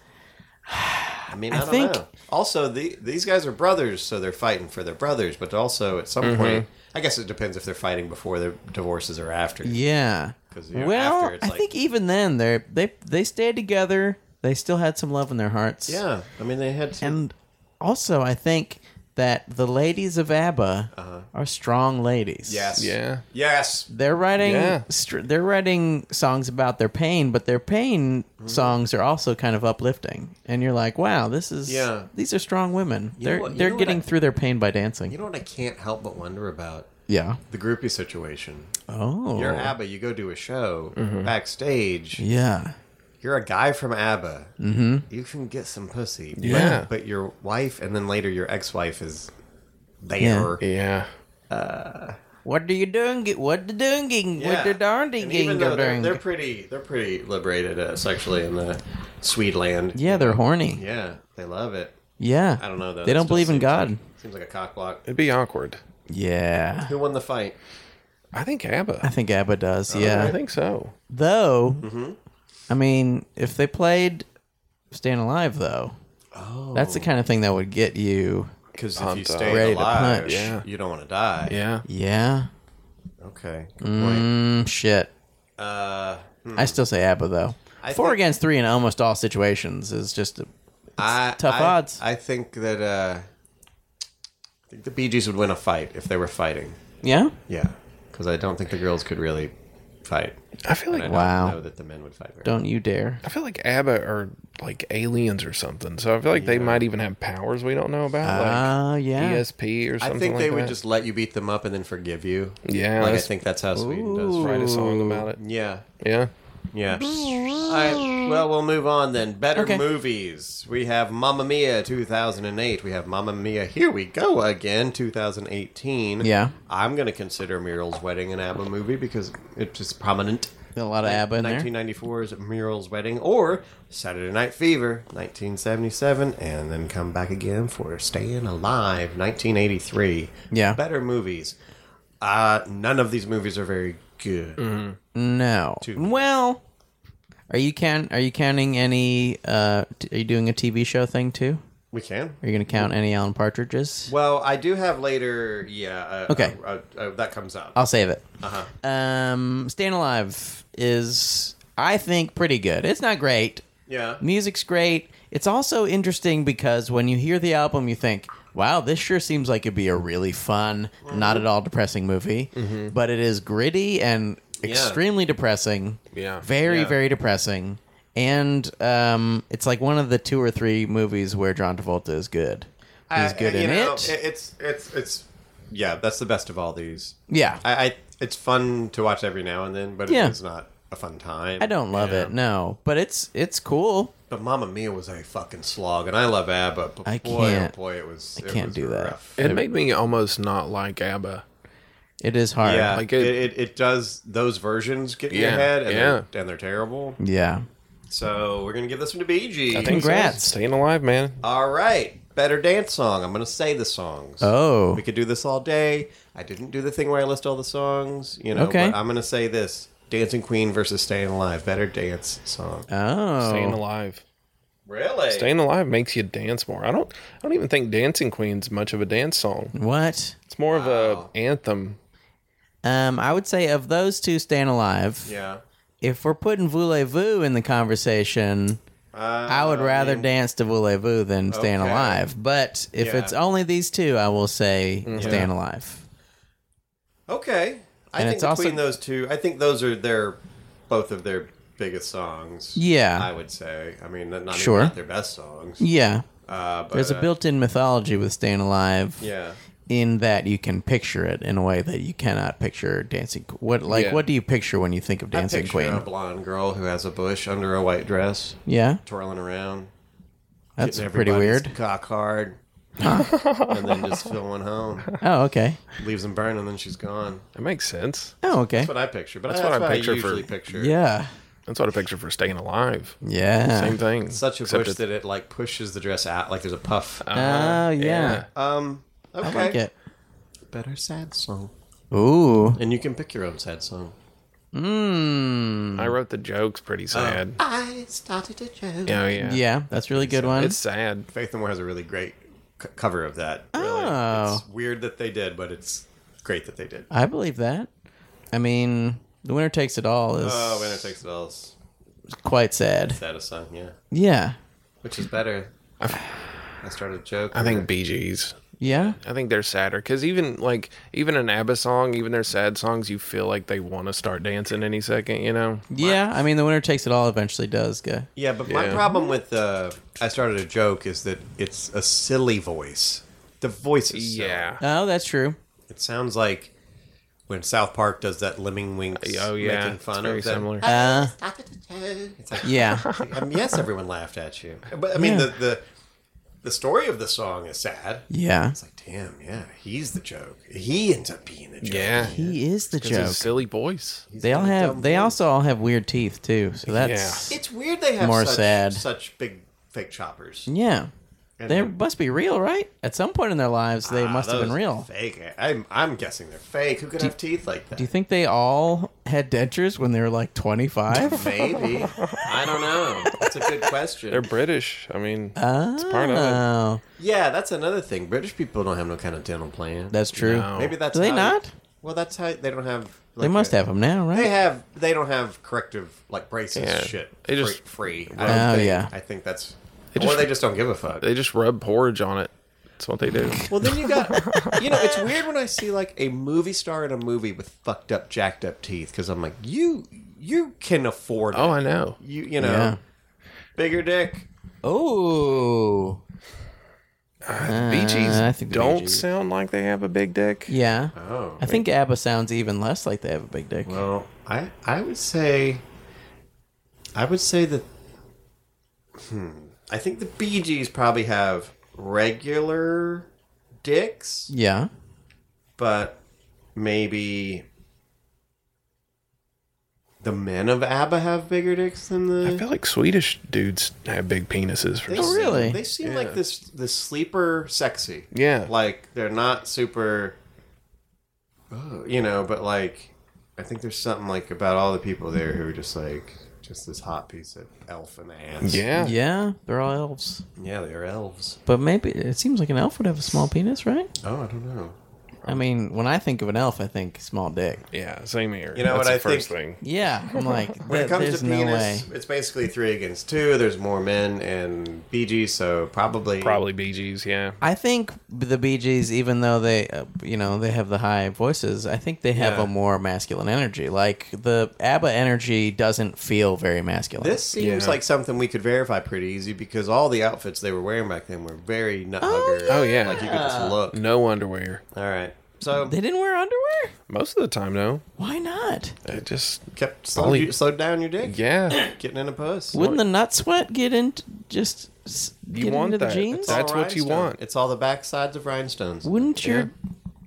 I mean, I, I don't think- know. Also, the, these guys are brothers, so they're fighting for their brothers. But also, at some Mm-hmm. point, I guess it depends if they're fighting before their divorces or after. Yeah. 'Cause, you know, well, after it's I like- think even then they they they stayed together. They still had some love in their hearts. Yeah, I mean, they had to. And also, I think that the ladies of ABBA are strong ladies. Uh-huh. yes. yeah. Yes. They're writing Yeah. str- they're writing songs about their pain, but their pain Mm-hmm. songs are also kind of uplifting. And you're like, wow, this is Yeah. these are strong women. they're what- you they're know what getting I- through their pain by dancing. You know what I can't help but wonder about yeah. the groupie situation. Oh. You're ABBA. You go do a show backstage. Mm-hmm. yeah. you're a guy from ABBA. Mm-hmm. You can get some pussy. but- Yeah. But, your wife and then later your ex wife is there. Yeah. What are you doing? Get What the doing? What the darn And even doing? though they're, they're pretty they're pretty liberated uh, sexually in the Swedeland. Yeah, they're horny. Yeah. Yeah. They love it. I don't know though. They That don't still believe in seems God. like- seems like a cock block. It'd be awkward. Yeah. Who won the fight? I think uh, ABBA. I think ABBA does. Oh, yeah. I think so. Though, I mean, if they played Staying Alive, though, oh. that's the kind of thing that would get you. Because if you Pumped up. stay Ready to alive, punch. Yeah. you don't want to die. Yeah. Yeah. Okay. Good point. Mm, shit. Uh, I still say ABBA, though. I Four think- against three in almost all situations is just. A, I, tough I- odds. I think that uh, I think the Bee Gees would win a fight if they were fighting. yeah? Yeah, because I don't think the girls could really fight. I feel I like don't Wow. know that the men would fight. Very Don't you dare. I feel like ABBA are like aliens or something. So I feel like they might even have powers we don't know about, like Ah, yeah. ESP or I something. think like they that. would just let you beat them up and then forgive you. Yeah, like I that's- think that's how Sweden does. write a song about it. Yeah, Yeah, Yeah. All right. Well, we'll move on then. Better Okay. movies. We have Mamma Mia 2008. We have Mamma Mia Here We Go Again 2018. Yeah. I'm going to consider Muriel's Wedding an ABBA movie because it's just prominent. A lot of ABBA in there. 1994's Muriel's Wedding or Saturday Night Fever 1977 and then come back again for Staying Alive 1983. Yeah. Better movies. Uh, none of these movies are very good. Mm. No. Well, are you can are you counting any? Uh, t- are you doing a TV show thing too? We can. Are you going to count any Alan Partridges? Well, I do have later. Yeah. Uh, Okay. Oh, Uh, uh, uh, that comes up. I'll save it. Uh-huh. Um, Staying Alive is, I think, pretty good. It's not great. yeah. Music's great. It's also interesting because when you hear the album, you think, wow, this sure seems like it'd be a really fun, Mm-hmm. not at all depressing movie. But it is gritty and extremely depressing. Yeah. Very, Yeah. very depressing. And um, it's like one of the two or three movies where John Travolta is good. He's I- good Uh, you in know, it. It's it's it's yeah. That's the best of all these. Yeah. I, I it's fun to watch every now and then, but Yeah. it's not a fun time. I don't love you it, know? no. But it's it's cool. But Mamma Mia was a fucking slog, and I love ABBA. But I boy, can't- oh boy, it was. I it can't was do that. rough. It made me almost not like ABBA. It is hard. Yeah, Like it, it- it, it does. Those versions get in your Yeah, head, and, yeah. they're, and they're terrible. Yeah. So we're gonna give this one to BG. Congrats. Staying alive, man. All right, better dance song. I'm gonna say the songs. Oh. we could do this all day. I didn't do the thing where I list all the songs. You know, Okay. but I'm gonna say this: Dancing Queen versus Staying Alive. Better dance song. Oh. Staying alive. really? Staying alive makes you dance more. I don't. I don't even think Dancing Queen's much of a dance song. What? It's more of a anthem. Um, I would say of those two, Staying Alive. yeah. If we're putting voulez-vous in the conversation, I would rather dance to voulez-vous than Staying Uh, Okay. Alive. But if Yeah. Mm-hmm. it's only these two, I will say Staying Alive. Okay. I And think it's also- between those two, I think those are their both of their biggest songs. Yeah. I would say. I mean, not even Sure. not their best songs. Yeah. Uh, but, There's a uh, built-in mythology with Staying Alive. yeah. In that you can picture it in a way that you cannot picture Dancing. What like Yeah. what do you picture when you think of I Dancing picture Queen? a blonde girl who has a bush under a white dress, Yeah, twirling around. that's getting pretty everybody's <laughs> weird. Cock hard. and then <laughs> just filling home. Oh, okay. Leaves them burning, and then she's gone. That makes sense. Oh, okay. That's what I picture. But That's that's, what I what, picture I for- usually picture. yeah. That's what I picture for staying alive. <laughs> Yeah. Same thing. Such a except push it's- that it like pushes the dress out, like there's a puff. Oh, yeah. Um, okay. I like it. Better sad song. Ooh. And you can pick your own sad song. Mm. I wrote the jokes Oh. pretty sad. I started to joke. Oh yeah. Yeah, that's a really good one. It's sad. Faith No More has a really great c- cover of that. Really. Oh. It's weird that they did, but it's great that they did. I believe that. I mean, The Winner Takes It All is Oh, Winner Takes It All's quite sad. saddest song, yeah. Yeah. Which is better. I started to joke. I think BG's. Yeah. I think they're sadder because even like even an ABBA song, even their sad songs, you feel like they want to start dancing any second. You know. Yeah. I mean, The Winner Takes It All eventually does go. Yeah, but my Yeah. problem with uh, I started a joke is that it's a silly voice. The voice is silly. Yeah. Oh, that's true. It sounds like when South Park does that lemming winks Oh yeah. making fun it's very of them. similar. Uh, It's like, <laughs> yeah. <laughs> um, yes, everyone laughed at you. But I mean, the, the the story of the song is sad. Yeah. It's like, damn, yeah, he's the joke. He ends up being the joke. yeah. He is the It's a joke. silly voice. They all have. They also all have weird teeth too. So that's. It's weird they have More such, sad. such big fake choppers. Yeah. And They must be real, right? At some point in their lives, they ah, must have been those real. Fake. I'm, I'm guessing they're fake. Who could have teeth like that? Do you think they all had dentures when they were <laughs> like 25? <laughs> Maybe. I don't know. That's a good question. They're British. I mean, it's part of it. oh, yeah, that's another thing. British people don't have no kind of dental plan. that's true. No. Maybe that's Do they how- not? Well, that's how they don't have. They like, must a- have them now, right? They have. They don't have corrective like braces. Yeah. Shit. They just- free. free. I don't Oh, think, yeah. I think that's. just- or they just don't give a fuck. They just rub porridge on it. That's what they do. Well, then you <laughs> got. you know, it's weird when I see like a movie star in a movie with fucked up, jacked up teeth because I'm like, you, you can afford. It. Oh, I know. You, you know, Yeah. bigger dick. Oh, BG's I think the don't BGs. sound like they have a big dick. yeah. Oh. I think ABBA sounds even less like they have a big dick. Well, I I would say I would say that. Hmm. I think the Bee Gees probably have regular dicks, Yeah. but maybe the men of ABBA have bigger dicks than the. I feel like Swedish dudes have big penises. For They some- seem- really? They seem like this this sleeper sexy. Yeah. Like they're not super uh, you know, but like I think there's something like about all the people there who are just like just this hot piece of elf and ants. yeah, Yeah, they're all elves. Yeah, they're elves. But maybe it seems like an elf would have a small penis, right? Oh, I don't know. I mean, when I think of an elf, I think small dick. yeah, same here. You know That's what the I first think- thing. Yeah, I'm like, When th- it comes there's to no penis, way. it's basically three against two. There's more men and BG, so probably Probably Bee Gees. Yeah, I think the Bee Gees, even though they, uh, you know, they have the high voices, I think they have Yeah. a more masculine energy. Like the ABBA energy doesn't feel very masculine. This seems Yeah. like something we could verify pretty easy because all the outfits they were wearing back then were very nut hugger. Oh, yeah. like you could just look. no underwear All right, so they didn't wear underwear. most of the time. No, Why not? it just kept slowed, Only- you, slowed down your dick. <clears throat> yeah. Getting in a post. Wouldn't the nut sweat get into just s- You get want into the that. jeans? That's what you want. It's all the back sides of rhinestones. Wouldn't your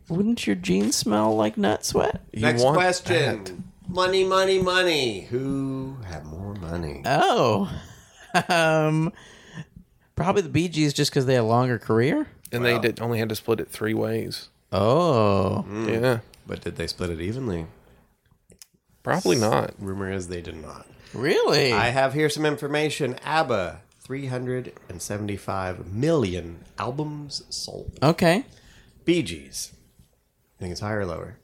wouldn't your jeans smell like nut sweat? You Next want question. that. Money, money, money. Who had more money? Oh, <laughs> um, probably the Bee Gees just because they had a longer career. and they did, only had to split it three ways. Oh, Hmm. Yeah, But did they split it evenly? probably not. Rumor is they did not. really? I have here some information. ABBA, 375 million albums sold. okay, Bee Gees. I think it's higher or lower.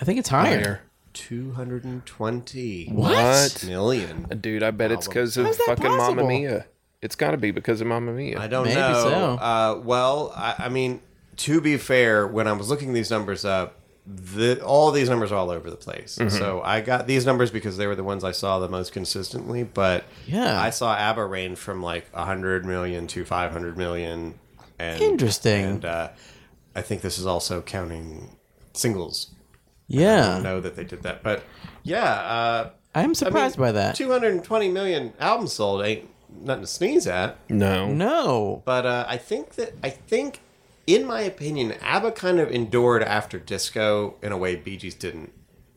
I think it's higher. Higher. 220 What? million. Dude, I bet it's Problem. because of How's that fucking Mamma possible? Mia. It's got to be because of Mamma Mia. I don't Maybe know. so. Uh, well, I, I mean, to be fair, when I was looking these numbers up, the, all these numbers are all over the place. Mm-hmm. So I got these numbers because they were the ones I saw the most consistently. But Yeah. I saw ABBA range from like 100 million to 500 million. And, Interesting. And uh, I think this is also counting singles. I don't Yeah, know that they did that. But yeah, uh, I'm I mean, surprised by that. 220 million albums sold ain't nothing to sneeze at. no. no, But uh, I think that I think, in my opinion, ABBA kind of endured after disco in a way Bee Gees didn't.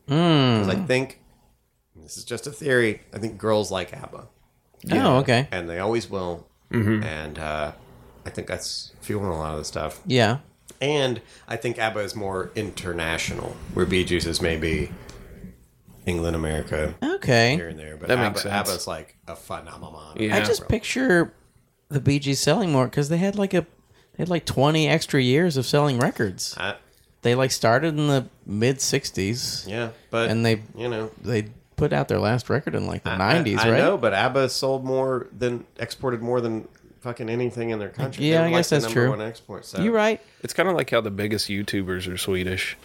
Hmm. 'Cause I think this is just a theory. I think girls like ABBA, oh okay, and they always will. Mm-hmm. And uh, I think that's fueling a lot of the stuff. yeah, And I think ABBA is more international, where Bee Gees is maybe England, America, okay. here and there. But That ABBA, makes sense. ABBA's like a phenomenon. Yeah. I just picture the Bee Gees selling more because they had like a they had like 20 extra years of selling records. I- They like started in the mid 60s. yeah, but And they- you know, They put out their last record in like the I- 90s, I, I right? know, but ABBA sold more than exported more than fucking anything in their country. Yeah, They were I guess the that's number true. One export. So You're right. It's kind of like how the biggest YouTubers are Swedish.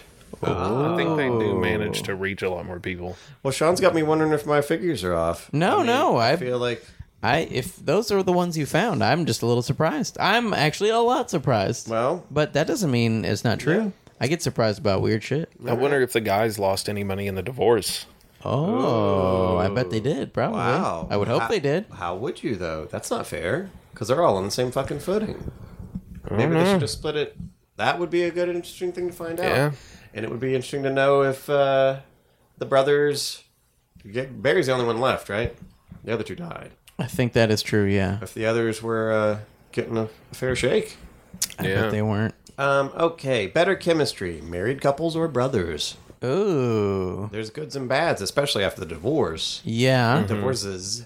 I think they do manage to reach a lot more people. Well, Sean's got me wondering if my figures are off. No, no, I I, feel like I if those are the ones you found, I'm just a little surprised. I'm actually a lot surprised. well, but that doesn't mean it's not true. I get surprised about weird shit. I wonder if the guys lost any money in the divorce. Oh, I bet they did. Probably. wow. I would hope How- they did. How would you though? That's not fair because they're all on the same fucking footing. Maybe they Mm-hmm. should just split it. That would be a good, interesting thing to find out. Yeah. And it would be interesting to know if uh, the brothers. Barry's the only one left, right? The other two died. I think that is true. Yeah, if the others were uh, getting a fair shake. I Yeah. bet they weren't. Um, okay, better chemistry, married couples or brothers. Ooh. There's goods and bads, especially after the divorce. Yeah. Divorces.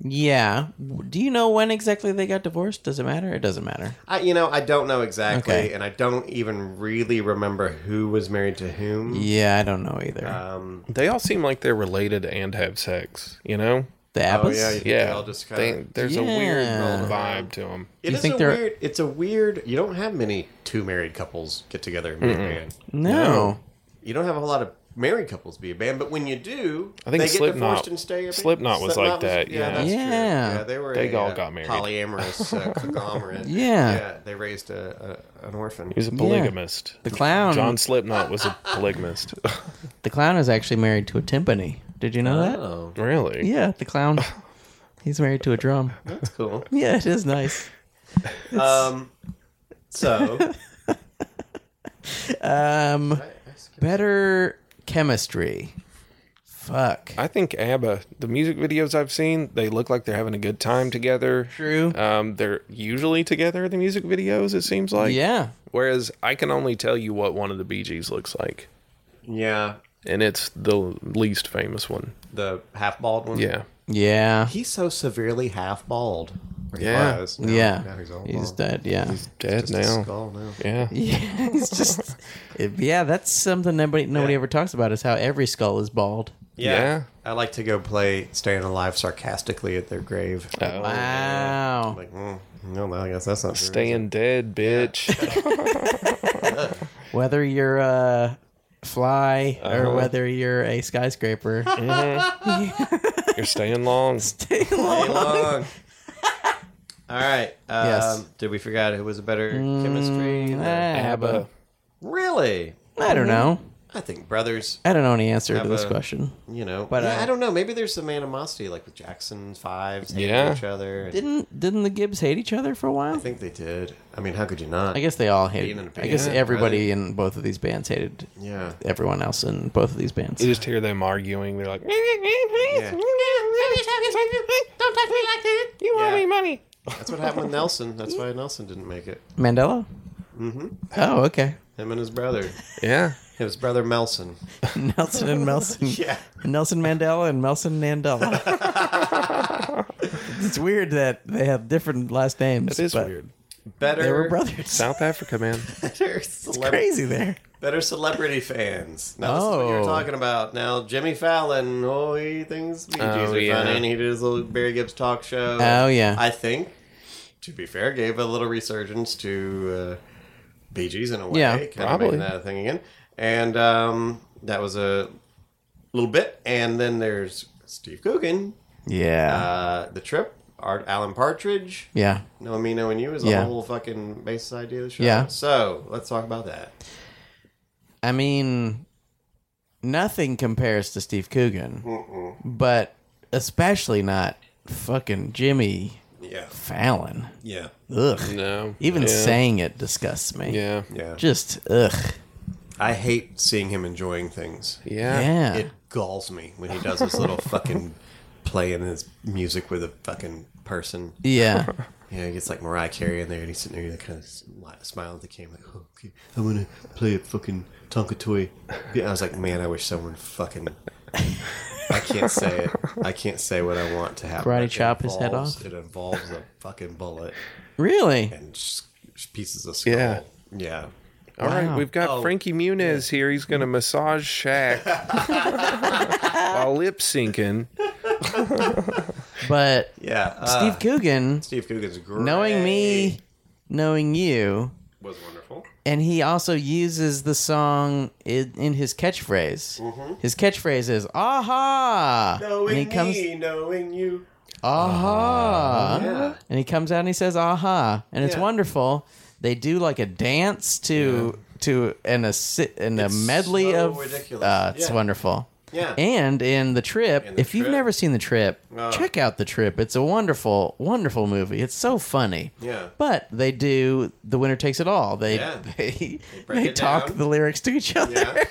Yeah. W- Do you know when exactly they got divorced? Does it matter? It doesn't matter. I, you know, I don't know exactly, Okay. and I don't even really remember who was married to whom. Yeah, I don't know either. Um, They all seem like they're related and have sex, you know? the oh Abbas? yeah, you think Yeah. they all just They- kind of. there's a weird Yeah. vibe to them. It you is think a they're- weird. It's a weird. You don't have many two married couples get together and be a band. No. You don't have a whole lot of married couples be a band, but when you do, I think they get Slipknot- divorced and stay. a band. Slipknot was like that, yeah. that's true. Yeah. yeah, they were. They a, all uh, got married. Polyamorous <laughs> uh, conglomerate. Yeah. they raised a, a an orphan. He was a polygamist. The clown. John <laughs> Slipknot was a polygamist. <laughs> The clown is actually married to a timpani. Did you know that? Oh, <laughs> really? Yeah, the clown. He's married to a drum. That's cool. Yeah, it is nice. Um, so Um, better chemistry. Fuck. I think ABBA, the music videos I've seen, they look like they're having a good time together. True. Um, they're usually together in the music videos, it seems like. yeah. Whereas I can only tell you what one of the Bee Gees looks like, yeah, and it's the least famous one. the half bald one. Yeah. Yeah. he's so severely half bald. Or he Yeah. was. Now- Yeah. now he's all He's bald. dead. Yeah. Dead Just a now. skull now. Yeah. Yeah, <laughs> it's just it- yeah. That's something nobody nobody ever talks about is how every skull is bald. Yeah. Yeah. I like to go play Staying Alive sarcastically at their grave. Uh. Wow. Like, mm, no, well, I guess that's not true, is it? Staying dead, <laughs> bitch. Whether you're a fly Uh-huh. or whether you're a <laughs> skyscraper, You're staying long. <laughs> Stay <laughs> long. All right. Um, Yes. Mm, Did we forget who was a better chemistry? ABBA. Really? I don't know. I think brothers. I don't know any answer to this Abba. question. You know, But uh, but yeah, I- I, don't know. Maybe there's some animosity, like with Jackson Fives hating Yeah. each other. and- Didn't didn't the Gibbs hate each other for a I while? think they did. I mean, how could you not? I guess they all Being hated. in a I guess band, everybody in both of these bands hated Yeah. everyone else in both of these bands. You just hear them arguing. They're like, Yeah. don't touch me like that. You owe Yeah. me money. That's what <laughs> happened with Nelson. That's why Nelson didn't make it. Mandela. Mm-hmm. Oh, okay. <laughs> Him and his brother. Yeah. His brother Melson. Nelson and Melson. Yeah. Nelson Mandela and Melson Mandela. it's weird that they have different last names. It is but weird. Better. They <laughs> were brothers. <laughs> South Africa, man. Better, celeb- Crazy there. better <laughs> celebrity fans. Now, this is what Oh. you're talking about. Now, Jimmy Fallon, oh, he thinks Bee Gees Oh, are yeah. funny, and he did his little Barry Gibbs talk show. Oh, yeah. I think, to be fair, gave a little resurgence to uh, Bee Gees in a way. Yeah, kind probably. Of making that a thing again. And um, that was a little bit. And then there's Steve Coogan, Yeah. uh, The Trip, Art Alan Partridge. yeah. No, me, no, and you is Yeah. the whole fucking basis idea of the show. Yeah. So let's talk about that. I mean, nothing compares to Steve Coogan, but especially not fucking Jimmy Yeah. Fallon. Yeah. Ugh. No. Even yeah. saying it disgusts me. Yeah. Yeah. Just ugh. I hate seeing him enjoying things. Yeah. Yeah. It galls me when he does his <laughs> little fucking playing his music with a fucking person. yeah. Yeah, he gets like Mariah Carey in there and he's sitting there kind of smiling at the camera like, oh, okay, I'm going to play a fucking Tonka toy. Yeah, I was like, man, I wish someone <laughs> fucking. I can't say it. I can't say what I want to happen. Karate It chop his head involves- off? It involves a fucking bullet Really? and s- pieces of skull. Yeah. Yeah. All right, we've got Oh. Frankie Muniz here. He's going to massage Shaq <laughs> while lip syncing. But Yeah. uh, <laughs> Steve Coogan, Steve Coogan's great. knowing me, knowing you, was wonderful. and he also uses the song in, in his catchphrase. His catchphrase is "Aha!" Mm-hmm. Knowing and he comes Uh-huh. me, knowing you. "Aha!" Yeah. and he comes out and he says "Aha!" and it's Yeah. wonderful. They do like a dance to to and a si- and a It's medley so of. ridiculous. Uh, it's Yeah. wonderful. Yeah. And in the trip, In The if you've Trip. never seen the trip, Oh. check out the trip. It's a wonderful, wonderful movie. It's so funny. Yeah. But they do the winner takes it all. They <laughs> Yeah. they, they, break it talk down. the lyrics to each other. Yeah.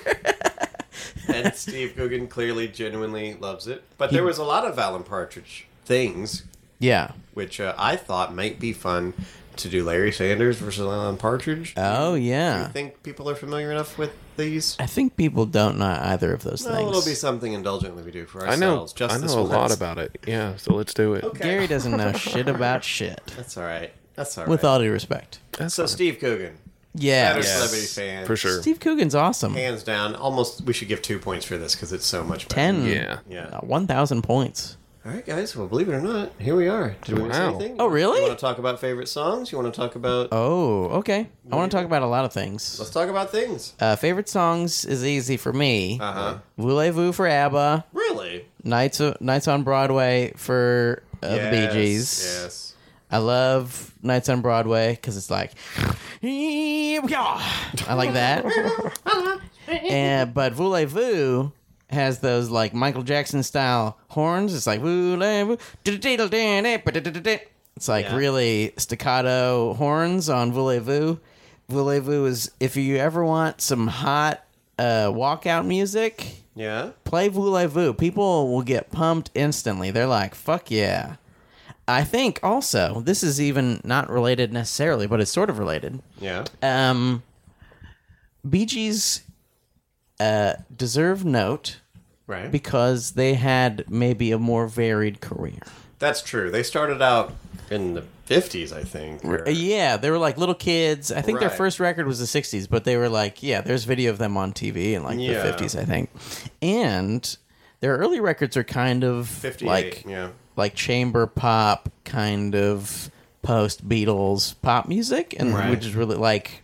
and Steve Coogan clearly genuinely loves it. But there was a lot of Alan Partridge things, Yeah. which uh, I thought might be fun to do Larry Sanders versus Alan Partridge. Oh I yeah. think people are familiar enough with these. I think people don't know either of those Well, things. it'll be something indulgent that we do for I know. ourselves. I Justice know a will lot have- about it. Yeah, so let's do it. Okay. Gary doesn't <laughs> know shit about shit. That's all right. That's all right. With all due respect. so Steve Coogan, Yeah. better celebrity fan For sure. Steve Coogan's awesome. hands down. Almost, we should give two points for this because it's so much better. Ten. Yeah. Yeah. uh, One thousand points. All right, guys. Well, believe it or not, here we are. Did we miss Wow. anything? Oh, really? You want to talk about favorite songs? You want to talk about? Oh, okay. I want to talk about a lot of things. Let's talk about things. Uh, favorite songs is easy for me. Uh huh. Voulez-vous for ABBA, Really? Nights uh, Nights on Broadway for uh, the Bee Yes, Gees. Yes. I love Nights on Broadway because it's like, I like that. and, but Voulez-vous has those like Michael Jackson style horns. It's like woo la, woo, diddle-diddle-din, eh, ba-da-da-da-da. it's like Yeah. really staccato horns on Voulez-Vous. Voulez-Vous is if you ever want some hot uh, walkout music, Yeah. play Voulez-Vous. People will get pumped instantly. They're like, fuck yeah. I think also, this is even not related necessarily, but it's sort of related. Yeah. Um, Bee Gees uh, deserve note Right. because they had maybe a more varied career. That's true. They started out in the 50s, I think. or- Uh, Yeah, they were like little kids. I think their Right. first record was the 60s, but they were like, yeah, there's video of them on TV in like Yeah. the 50s, I think. And their early records are kind of 58. like yeah. like chamber pop kind of post Beatles pop music, and Right. which is really like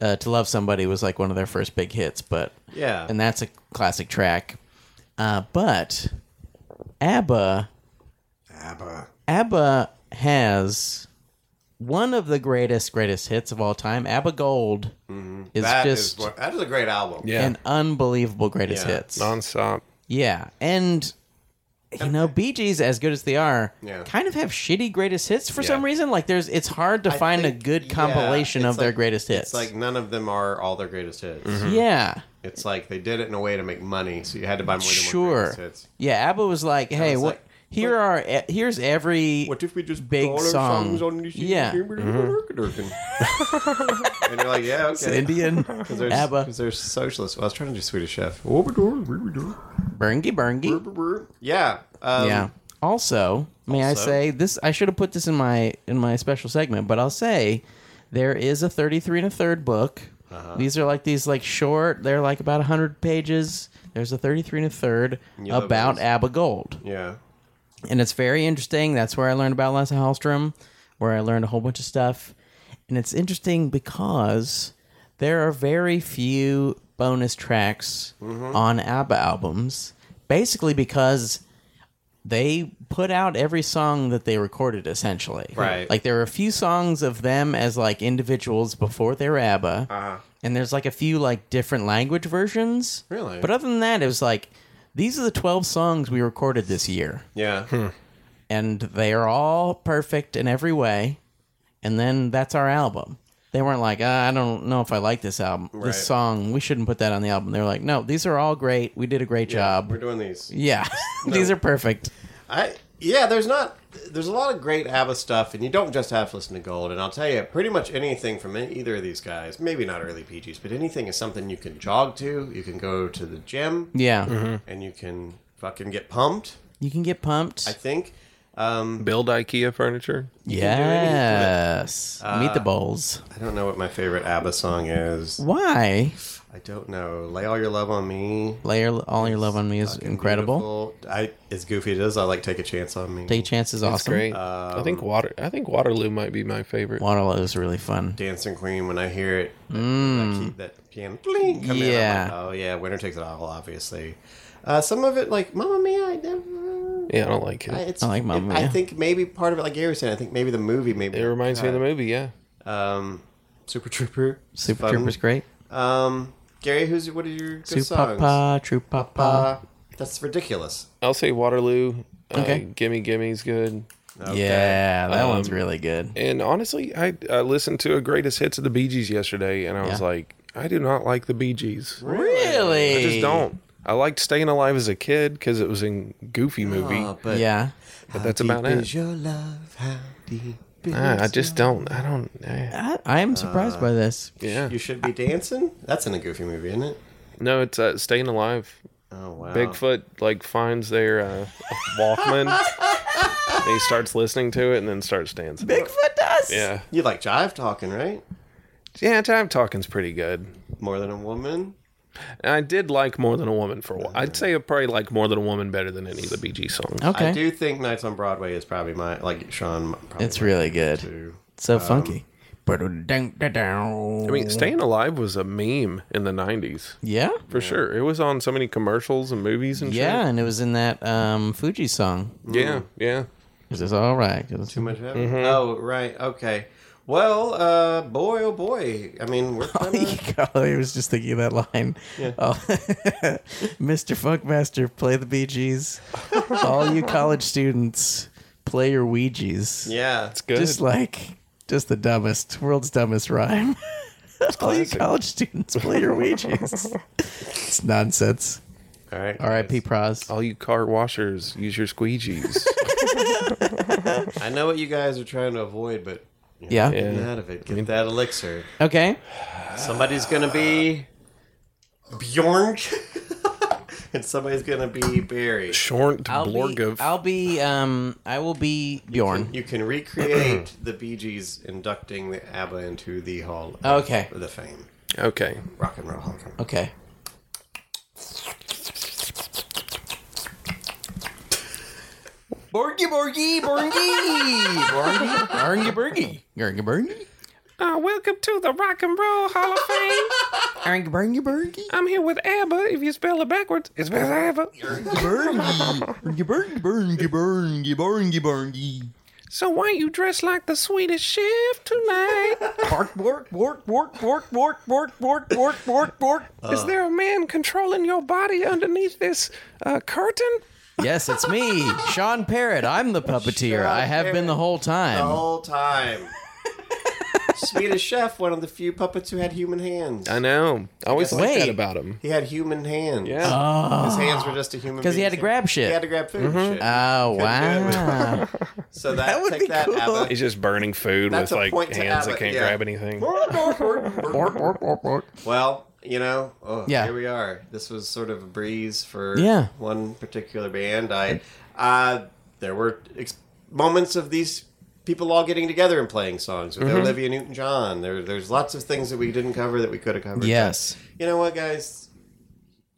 uh, "To Love Somebody" was like one of their first big hits, but Yeah. and that's a classic track. Uh, but ABBA, ABBA. ABBA has one of the greatest greatest hits of all time. ABBA Gold is Mm-hmm. That is just what- that is a great album. Yeah. an unbelievable greatest Yeah. hits. nonstop. Yeah, and you know, Bee Gees, as good as they are, Yeah. kind of have shitty greatest hits for some Yeah. reason. Like, there's it's hard to I find think- a good yeah, compilation of it's their like- greatest hits. It's like none of them are all their greatest hits. Mm-hmm. yeah, It's like they did it in a way to make money, so you had to buy more than one sure, greatest hits. yeah. Abba was like, hey, was what? like, here are e- here's every we just Big call our song. songs on these Yeah. Mm-hmm. Mm-hmm. <laughs> and you're like, yeah, okay. Indian Because they're, <laughs> Abba 'cause they're socialists. Well, I was trying to do Swedish Chef. Berngi Berngi. Yeah. Um, yeah. Also, may I also- say this? I should have put this in my in my special segment, but I'll say there is a thirty-three and a third book. These are like these like short. They're like about hundred pages. There's a thirty-three and a third Yellow about Bells. Abba Gold, Yeah. and it's very interesting. That's where I learned about Lasse Hallström, where I learned a whole bunch of stuff, and it's interesting because there are very few bonus tracks Mm-hmm. on ABBA albums, basically because they put out every song that they recorded essentially. Right. Like there were a few songs of them as like individuals before they were ABBA. Uh-huh. And there's like a few like different language versions. Really? But other than that, it was like these are the 12 songs we recorded this year Yeah. Hmm. and they are all perfect in every way. And then that's our album. They weren't like, ah, I don't know if I like this album, Right. this song. We shouldn't put that on the album. They were like, no, these are all great. We did a great We're job. doing these. Yeah, <laughs> these are perfect. I yeah, there's not there's a lot of great ABBA stuff, and you don't just have to listen to Gold. And I'll tell you, pretty much anything from any- either of these guys, maybe not early PGs, but anything is something you can jog to. You can go to the gym, Yeah, and you can fucking get pumped. you can get pumped. I think. Um, Build IKEA furniture. yes, Uh, meet the bowls. I don't know what my favorite ABBA song is. Why I don't know. Lay all your love on me. layer all your love on me is Fucking incredible. beautiful. I as goofy as it is, I like take a chance on me. Take a chance is That's awesome. great. Um, I think water. I think Waterloo might be my favorite. Waterloo is really fun. Dancing Queen when I hear it. Mm. That, key- that piano. Bling, come in, I'm Yeah. like, oh, yeah. Winter Takes It All, obviously. Uh, some of it, like, Mamma Mia, I never. Yeah, I don't like it. I- It's, I like Mamma I Mia. think maybe part of it, like Gary was saying, I think maybe the movie, maybe. it reminds me of the movie. Yeah, Um, Super Trooper. It's Super fun. Trooper's great. Um, Gary, who's what are your good Super songs? Papa, True Papa. Uh, that's ridiculous. I'll say Waterloo. Okay. Uh, Gimme Gimme's good. Yeah, that one's really good. And honestly, I, I listened to a greatest hits of the Bee Gees yesterday, and I was Yeah. like, I do not like the Bee Gees. Really? I just don't. I liked Staying Alive as a kid because it was in Goofy movie, but yeah. but that's about Oh, deep it. is your love? How deep is Nah, I just don't. I don't. eh. I, I am surprised by this. Yeah. You should be dancing? That's in a goofy movie, isn't it? No, it's uh, Staying Alive. Oh, wow. Bigfoot like finds their uh, Walkman. and he starts listening to it and then starts dancing. Bigfoot does. Yeah. You like jive talking, right? Yeah, Time Talking's pretty good. More than a woman. And I did like More Than a Woman for a while. I'd say I probably like More Than a Woman better than any of the BG songs. Okay. I do think Nights on Broadway is probably my like Sean. Probably It's really good. too. Um, so funky. uh, I Oh. mean, Staying Alive was a meme in the 90s. yeah. For sure. It was on so many commercials and movies and Yeah, and it was in that um, Fuji song. shit. Yeah. Yeah. <laughs> This is all right. 'cause it's- too much. of it? Oh right, okay. Well, uh, boy, oh boy. I mean, <laughs> we're Oh, kind of. I was just thinking of that line. Oh, <laughs> Mr. Funkmaster, play the Bee Gees. All you college students, play your Ouija's. yeah. Good. Just like, just the dumbest, world's dumbest rhyme. <laughs> All you classic. college students, play your Ouija's. it's nonsense. All right. R.I.P. Pros. All you car washers, use your <laughs> squeegees. I know what you guys are trying to avoid, but Yeah. get out of it. Get that elixir. Okay. Somebody's gonna be Bjorn, <laughs> and somebody's gonna be Barry. Shorn to I'll Blorgov. be, I'll be, um, I will be Bjorn. You can <clears throat> recreate the Bee Gees inducting the ABBA into the Hall of Okay. the Fame. okay. Rock and Roll Hall of Fame. Okay. Borgy, borgy, borgy, borgy, borgy, borgy, borgy, borgy, Uh, welcome to the Rock and Roll Hall of Fame. borgy, borgy, borgy, I'm here with ABBA. If you spell it backwards, it's with ABBA. borgy, borgy, borgy, borgy, borgy, borgy. So why you dress like the Swedish chef tonight? <laughs> Bork, bork, bork, bork, bork, bork, bork, bork, bork, bork, bork. Is there a man controlling your body underneath this uh, curtain? Yes, it's me, Sean Parrott. I'm the puppeteer. I have been the whole The time. whole <laughs> time. Swedish Chef, one of the few puppets who had human hands. I know. I always guess- like that Wait. Uh. about him. He had human hands. Yeah. His hands were just a human. Ah. 'Cause he had being's to grab hand. shit. He had to grab food. and <laughs> shit. Oh, Couldn't do it with- <laughs> wow. <laughs> So that, would take be that cool. ABBA. He's just burning food That's a with like point to hands ABBA, that can't yeah. grab anything. Well, you know, oh, Yeah. here we are. This was sort of a breeze for Yeah. one particular band. I, uh, there were ex- moments of these people all getting together and playing songs Mm-hmm. with Olivia Newton-John. There, there's lots of things that we didn't cover that we could have covered. Yes. But You know what, guys?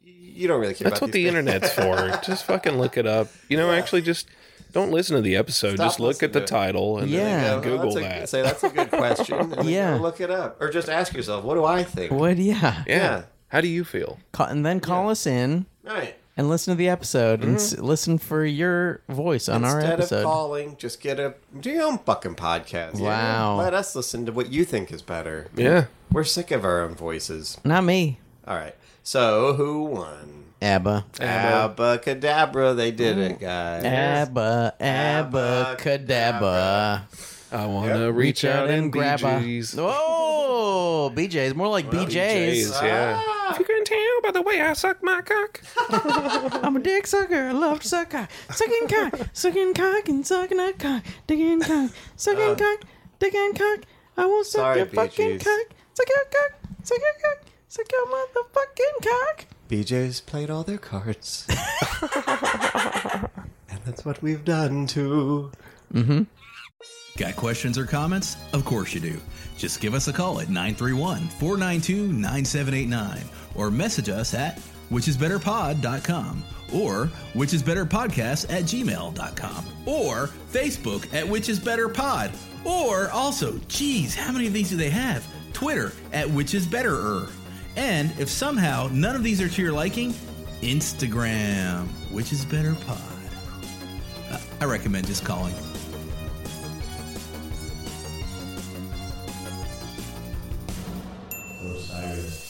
You don't really care That's about what these the bands. <laughs> internet's for. Just fucking look it up. You know, actually, just don't listen to the episode. Stop just look listening at the to it. title and Yeah. then Oh, Google that's A, that. say that's a good question. and Yeah. yeah, look it up, or just ask yourself, what do I think? What? Yeah. yeah. yeah. How do you feel? Ca- and then call us in Right. and listen to the episode and s- listen for your voice on our Mm-hmm. Instead episode. of calling, just get a do your own fucking podcast. you know? Wow. Let us listen to what you think is better. Yeah. We're sick of our own voices. Not me, All right. So who won? Abba. Abacadabra, they did it, guys. Abba, Abba, Cadabra. I want to Reach out and grab a. Oh, BJ's more like BJ's. yeah. Ah. If you can tell by the way I suck my cock. I'm a dick sucker. I love to suck cock. Sucking cock. Sucking cock and sucking a cock. Digging cock. Sucking cock. Digging cock. I won't suck sorry, your Bee fucking Gees. cock. Suck your cock. Suck your cock. Suck your motherfucking cock. BJ's played all their <laughs> cards. and that's what we've done too. Got questions or comments? Of course you do. Just give us a call at 931 492 9789 or message us at whichisbetterpod.com or whichisbetterpodcast at gmail.com or Facebook at whichisbetterpod or also, geez, how many of these do they have? Twitter at whichisbetterer. And if somehow none of these are to your liking, Instagram, which is better pod. I recommend just calling. Osiris